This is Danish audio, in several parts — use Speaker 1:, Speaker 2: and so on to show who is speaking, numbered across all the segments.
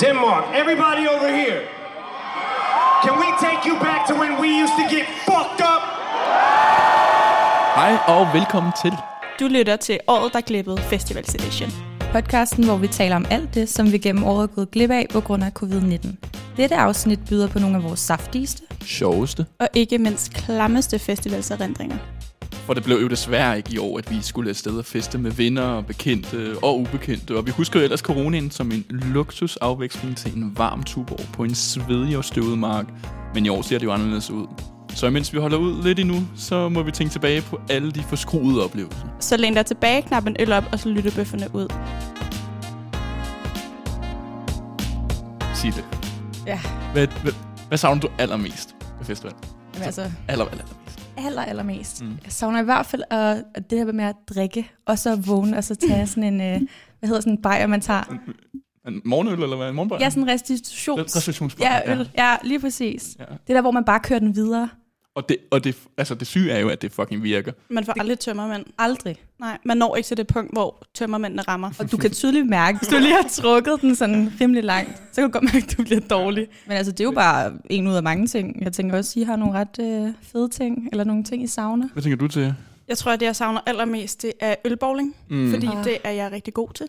Speaker 1: Denmark, everybody over here. Can we take you back to when we used to get fucked up?
Speaker 2: Hej og velkommen til.
Speaker 3: Du lytter til Året, der glippede Festival Edition.
Speaker 4: podcasten, hvor vi taler om alt det, som vi gennem året er gået glip af på grund af covid-19. Dette afsnit byder på nogle af vores saftigste.
Speaker 2: Sjoveste.
Speaker 3: Og ikke mindst klammeste festivalserindringer.
Speaker 2: For det blev jo desværre ikke i år, at vi skulle afsted og feste med venner og bekendte og ubekendte. Og vi husker jo ellers coronaen som en luksusafveksling til en varm tuborg på en svedig og støvet mark. Men i år ser det jo anderledes ud. Så imens vi holder ud lidt endnu, så må vi tænke tilbage på alle de forskruede oplevelser.
Speaker 3: Så læn dig tilbage, knap en øl op, og så lytter bøfferne ud.
Speaker 2: Sig det.
Speaker 4: Ja,
Speaker 2: Hvad, hvad, hvad savner du allermest ved festival?
Speaker 4: men altså
Speaker 2: Aller, aller, allermest.
Speaker 4: aller, allermest. Mm. Jeg savner i hvert fald at, at det her med at drikke, og så vågne, og så tage sådan en, øh, hvad hedder sådan en bajer, man tager.
Speaker 2: En morgenøl eller hvad? En morgenbøj?
Speaker 4: Ja, sådan en restitutions...
Speaker 2: Restitutionsbar,
Speaker 4: Ja, øl. ja, lige præcis.
Speaker 2: Ja.
Speaker 4: Ja. Det der, hvor man bare kører den videre.
Speaker 2: Og, det, og det, altså det syge er jo, at det fucking virker.
Speaker 3: Man får aldrig tømmermænd.
Speaker 4: Aldrig.
Speaker 3: Nej, man når ikke til det punkt, hvor tømmermændene rammer.
Speaker 4: Og du kan tydeligt mærke, hvis du lige har trukket den sådan rimelig langt, så kan du godt mærke, at du bliver dårlig. Men altså, det er jo bare en ud af mange ting. Jeg tænker også, at I har nogle ret øh, fede ting, eller nogle ting, I savner.
Speaker 2: Hvad tænker du til?
Speaker 3: Jeg tror, at det, jeg savner allermest, det er ølbowling, mm. fordi
Speaker 4: Ah.
Speaker 3: det er jeg rigtig god til.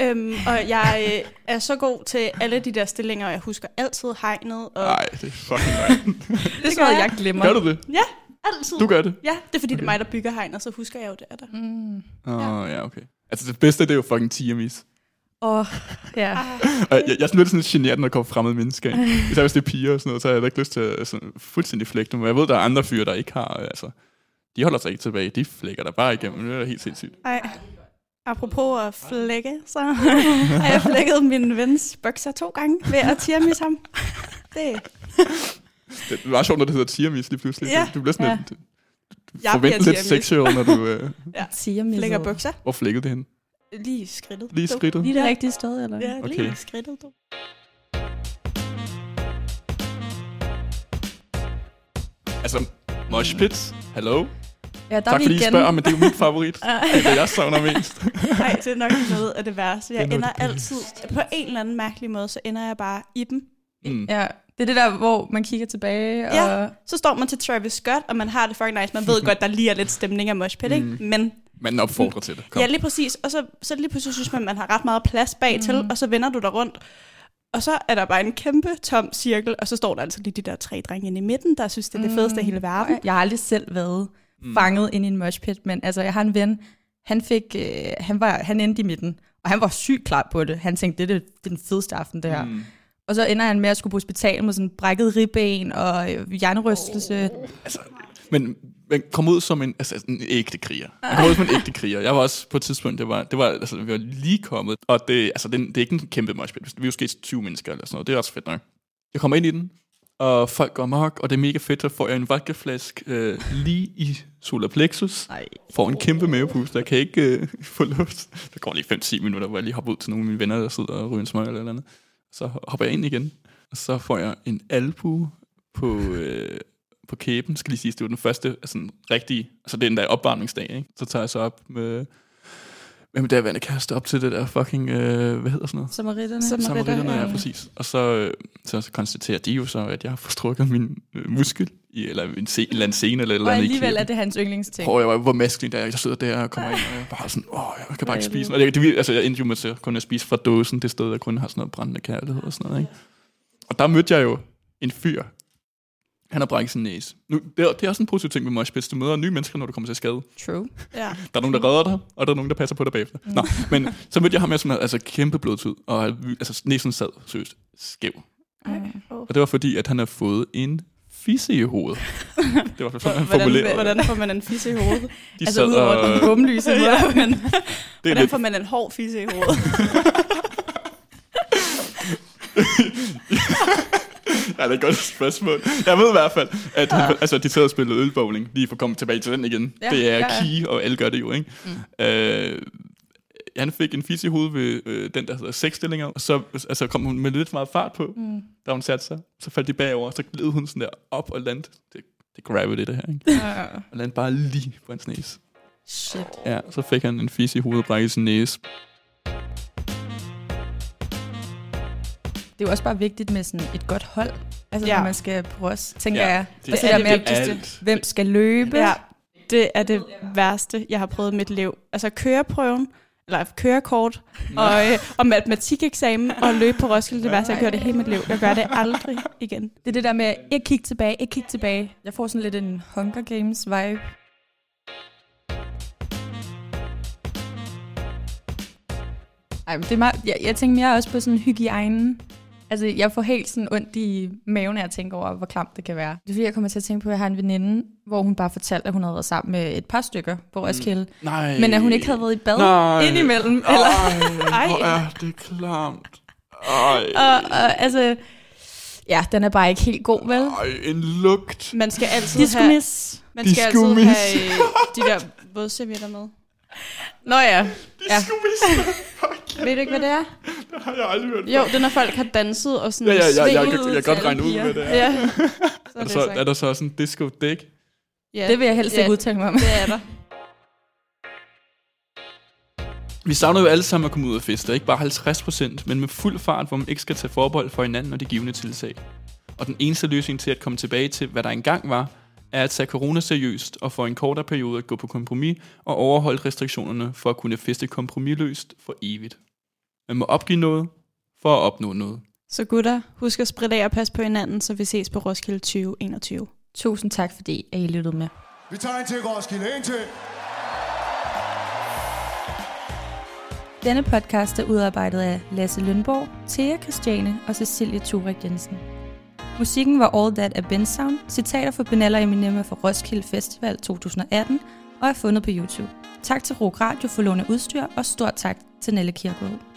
Speaker 3: Øhm, og jeg øh, er så god til alle de der stillinger, og jeg husker altid hegnet. Og
Speaker 2: Nej, det er fucking nej.
Speaker 4: Det er
Speaker 3: sådan noget, jeg
Speaker 4: glemmer.
Speaker 2: Gør du det?
Speaker 3: Ja, altid.
Speaker 2: Du gør det?
Speaker 3: Ja, det er fordi, okay. det er mig, der bygger hegnet, så husker jeg jo, det er der.
Speaker 4: Mm.
Speaker 2: Åh, oh, ja, okay. Altså det bedste, det er jo fucking tiamis.
Speaker 4: Åh, oh, ja.
Speaker 2: Og jeg, jeg er sådan lidt sådan lidt genert, når der kommer fremmede mennesker ind. Især hvis det er piger og sådan noget, så har jeg da ikke lyst til at sådan, fuldstændig flække dem. Men jeg ved, der er andre fyre, der ikke har, øh, altså... De holder sig ikke tilbage, de flækker der bare igennem. Det er da helt sindssygt.
Speaker 3: Ej. Apropos at flække, så har jeg flækket min vens bokser to gange ved at tirmis ham. Det,
Speaker 2: Det er meget sjovt, når det hedder tiamis lige pludselig.
Speaker 3: Ja.
Speaker 2: Du bliver sådan
Speaker 4: Ja.
Speaker 2: lidt... Du
Speaker 3: jeg
Speaker 2: forventer lidt sexual, når du... Øh,
Speaker 4: Siger
Speaker 3: Flækker bukser.
Speaker 2: hvor flækkede det hen?
Speaker 3: Lige i skridtet.
Speaker 2: Lige i
Speaker 3: Du.
Speaker 2: skridtet?
Speaker 4: Lige det rigtige sted, eller?
Speaker 3: Ja, okay. lige
Speaker 2: Okay.
Speaker 3: i skridtet. Du.
Speaker 2: Altså, mosh pits. Hallo?
Speaker 4: ja der
Speaker 2: Tak fordi I spørger, men det er jo mit favorit. Det er det, jeg savner mest.
Speaker 3: Ej, det er nok noget af det værste. Jeg
Speaker 2: Det er noget
Speaker 3: ender
Speaker 2: af det
Speaker 3: altid, på en eller anden mærkelig måde, så ender jeg bare i dem.
Speaker 2: Mm.
Speaker 4: Ja, det er det der, hvor man kigger tilbage, og...
Speaker 3: Ja, så står man til Travis Scott, og man har det fucking nice. Man ved godt, der lige er lidt stemning af moshpit, ikke?
Speaker 2: Mm.
Speaker 3: Men
Speaker 2: Man opfordrer til det. Kom.
Speaker 3: Ja, lige præcis. Og så, så lige pludselig synes man, man har ret meget plads bag til, mm. og så vender du dig rundt. Og så er der bare en kæmpe tom cirkel, og så står der altså lige de der tre drenge inde i midten, der synes, det er det fedeste af hele verden.
Speaker 4: Jeg har aldrig selv været fanget ind i en mosh pit, men altså, jeg har en ven, han, fik, øh, han, var, han endte i midten, og han var sygt klar på det. Han tænkte, det, er det, det er den fedeste aften, det her. Mm. Og så ender han med at skulle på hospital med sådan brækket ribben og øh, hjernerystelse. Oh.
Speaker 2: Altså, men, men kom ud som en, altså, altså, en ægte kriger. Jeg kom ud som en ægte kriger. Jeg var også på et tidspunkt, det var, det var, altså, vi var lige kommet, og det, altså, det, det er ikke en kæmpe moshpit. Vi er måske 20 mennesker eller sådan noget. Det er også fedt nok. Jeg kommer ind i den, og folk går amok, og det er mega fedt, så får jeg en vodkaflask øh, lige i solar plexus.
Speaker 4: Ej.
Speaker 2: Får en kæmpe mavepust, jeg kan ikke øh, få luft. Der går lige 5-10 minutter, hvor jeg lige hopper ud til nogle af mine venner, der sidder og ryger en smøg eller et eller andet. Så hopper jeg ind igen, og så får jeg en albu på, øh, på kæben, skal lige sige, det var den første sådan, rigtige, altså det er den der opvarmningsdag, ikke? så tager jeg så op med, med min daværende kæreste op til det der fucking, øh, hvad hedder sådan noget?
Speaker 4: Samaritterne.
Speaker 2: Samaritterne, ja, præcis. Og så, øh, så, så konstaterer de jo så, at jeg har forstrukket min øh, muskel, i, eller en, se, en eller anden scene, eller et eller
Speaker 4: Og
Speaker 2: andet i
Speaker 4: alligevel
Speaker 2: kæben.
Speaker 4: er det hans yndlingsting.
Speaker 2: Prøv, jeg var, hvor maskelig der er. Jeg sidder der og kommer ind, og jeg bare sådan, åh, jeg kan bare ikke spise. Og det, det, altså, jeg endte jo med til kun at spise fra dåsen, det sted, der kun har sådan noget brændende kærlighed og sådan noget. Ikke? Og der mødte jeg jo en fyr. Han har brækket sin næse. Nu, det, er, det er også en positiv ting med moshpits. Du møder nye mennesker, når du kommer til skade.
Speaker 4: True.
Speaker 3: Ja.
Speaker 2: Der er nogen, der redder dig, og der er nogen, der passer på dig bagefter. Nå, men så mødte jeg ham, her, som havde altså, kæmpe blodtud, og altså, næsen sad seriøst skæv.
Speaker 4: Ah,
Speaker 2: Og det var fordi, at han har fået en fisse i hovedet. Det var sådan, han
Speaker 3: Hvordan,
Speaker 2: formulerede. det.
Speaker 3: hvordan får man en fisse i hovedet?
Speaker 2: De
Speaker 4: altså
Speaker 2: sad
Speaker 4: ud over
Speaker 2: og-
Speaker 4: den bumlyse måde.
Speaker 3: ja, men,
Speaker 2: det er
Speaker 3: hvordan
Speaker 2: lidt
Speaker 3: får man en hård fisse i hovedet?
Speaker 2: Ja, det er et godt spørgsmål. Jeg ved i hvert fald, at han, altså, de sad og spillede ølbowling, lige for at komme tilbage til den igen. Ja,
Speaker 4: Ja,
Speaker 2: det er
Speaker 4: ja,
Speaker 2: ja,
Speaker 4: ja.
Speaker 2: key, og alle gør det jo, ikke? Mm. Øh, han fik en fis i hovedet ved øh, den, der hedder seksstillinger, og så altså, kom hun med lidt meget fart på, mm. da hun satte sig. Så faldt de bagover, og så gled hun sådan der op og landte. Det, det er gravity, det her, ikke? og landte bare lige på hans næse.
Speaker 4: Shit.
Speaker 2: Ja, så fik han en fis i hovedet og brækkede sin næse.
Speaker 4: Det er jo også bare vigtigt med sådan et godt hold, altså
Speaker 3: Ja.
Speaker 4: når man skal på os, tænker
Speaker 2: Ja,
Speaker 4: jeg.
Speaker 2: det-
Speaker 4: og så det der med,
Speaker 3: det
Speaker 4: at,
Speaker 3: vigtigste.
Speaker 2: Alt.
Speaker 4: hvem skal løbe?
Speaker 3: Ja, det er det værste, jeg har prøvet i mit liv. Altså køreprøven, eller kørekort, og, øh, og matematikeksamen, og løbe på Roskilde, det værste, jeg gør det hele mit liv. Jeg gør det aldrig igen.
Speaker 4: Det er det der med, ikke kigge tilbage, ikke kigge tilbage. Jeg får sådan lidt en Hunger Games-vibe. Ej, men det er meget, jeg, jeg tænker mere også på sådan hygiejnen. Altså, jeg får helt sådan ondt i maven af at tænke over, hvor klamt det kan være. Det er fordi, jeg kommer til at tænke på, at jeg har en veninde, hvor hun bare fortalte, at hun havde været sammen med et par stykker på Roskilde. Mm.
Speaker 2: Nej.
Speaker 4: Men at hun ikke havde været i bad
Speaker 2: Nej.
Speaker 4: indimellem.
Speaker 2: Ej,
Speaker 4: Eller,
Speaker 2: hvor er det klamt. Ej,
Speaker 4: og, og, altså, ja, den er bare ikke helt god, vel?
Speaker 2: ej en lugt.
Speaker 3: Man skal altid
Speaker 4: Det skulle
Speaker 3: have,
Speaker 4: mis.
Speaker 3: man skal
Speaker 2: Disco
Speaker 3: altid
Speaker 2: miss.
Speaker 3: have øh, de der vådservietter med.
Speaker 4: Nå ja,
Speaker 2: Ja.
Speaker 3: Ved du ikke, hvad det er?
Speaker 2: Det har jeg aldrig hørt.
Speaker 3: Jo, det er, når folk har danset og sådan
Speaker 2: Ja, ja, ja, jeg, jeg,
Speaker 3: svinget
Speaker 2: kan- jeg
Speaker 4: til
Speaker 2: kan godt
Speaker 4: alle
Speaker 2: regne ud,
Speaker 4: piger.
Speaker 2: hvad det er.
Speaker 3: Ja. Så
Speaker 2: Er der,
Speaker 3: er det
Speaker 2: så,
Speaker 3: sagt.
Speaker 2: er der så sådan en disco dick?
Speaker 3: Ja.
Speaker 4: det vil jeg helst
Speaker 3: Ja.
Speaker 4: ikke udtale mig om.
Speaker 3: Det er der.
Speaker 2: Vi savner jo alle sammen at komme ud og feste, ikke bare 50 men med fuld fart, hvor man ikke skal tage forbehold for hinanden og de givende tilsag. Og den eneste løsning til at komme tilbage til, hvad der engang var, er at tage corona seriøst og for en kortere periode at gå på kompromis og overholde restriktionerne for at kunne feste kompromisløst for evigt. Man må opgive noget for at opnå noget.
Speaker 3: Så gutter, husk at spritte af og passe på hinanden, så vi ses på Roskilde 2021.
Speaker 4: Tusind tak, fordi I lyttede med.
Speaker 5: Vi tager en til Roskilde, en til.
Speaker 4: Denne podcast er udarbejdet af Lasse Lønborg, Thea Christiane og Cecilie Turek Jensen. Musikken var All That af Bensound, citater for Benalla Eminem fra Roskilde Festival 2018 og er fundet på YouTube. Tak til Rogue Radio for lån af udstyr, og stort tak til Nelle Kirkegaard.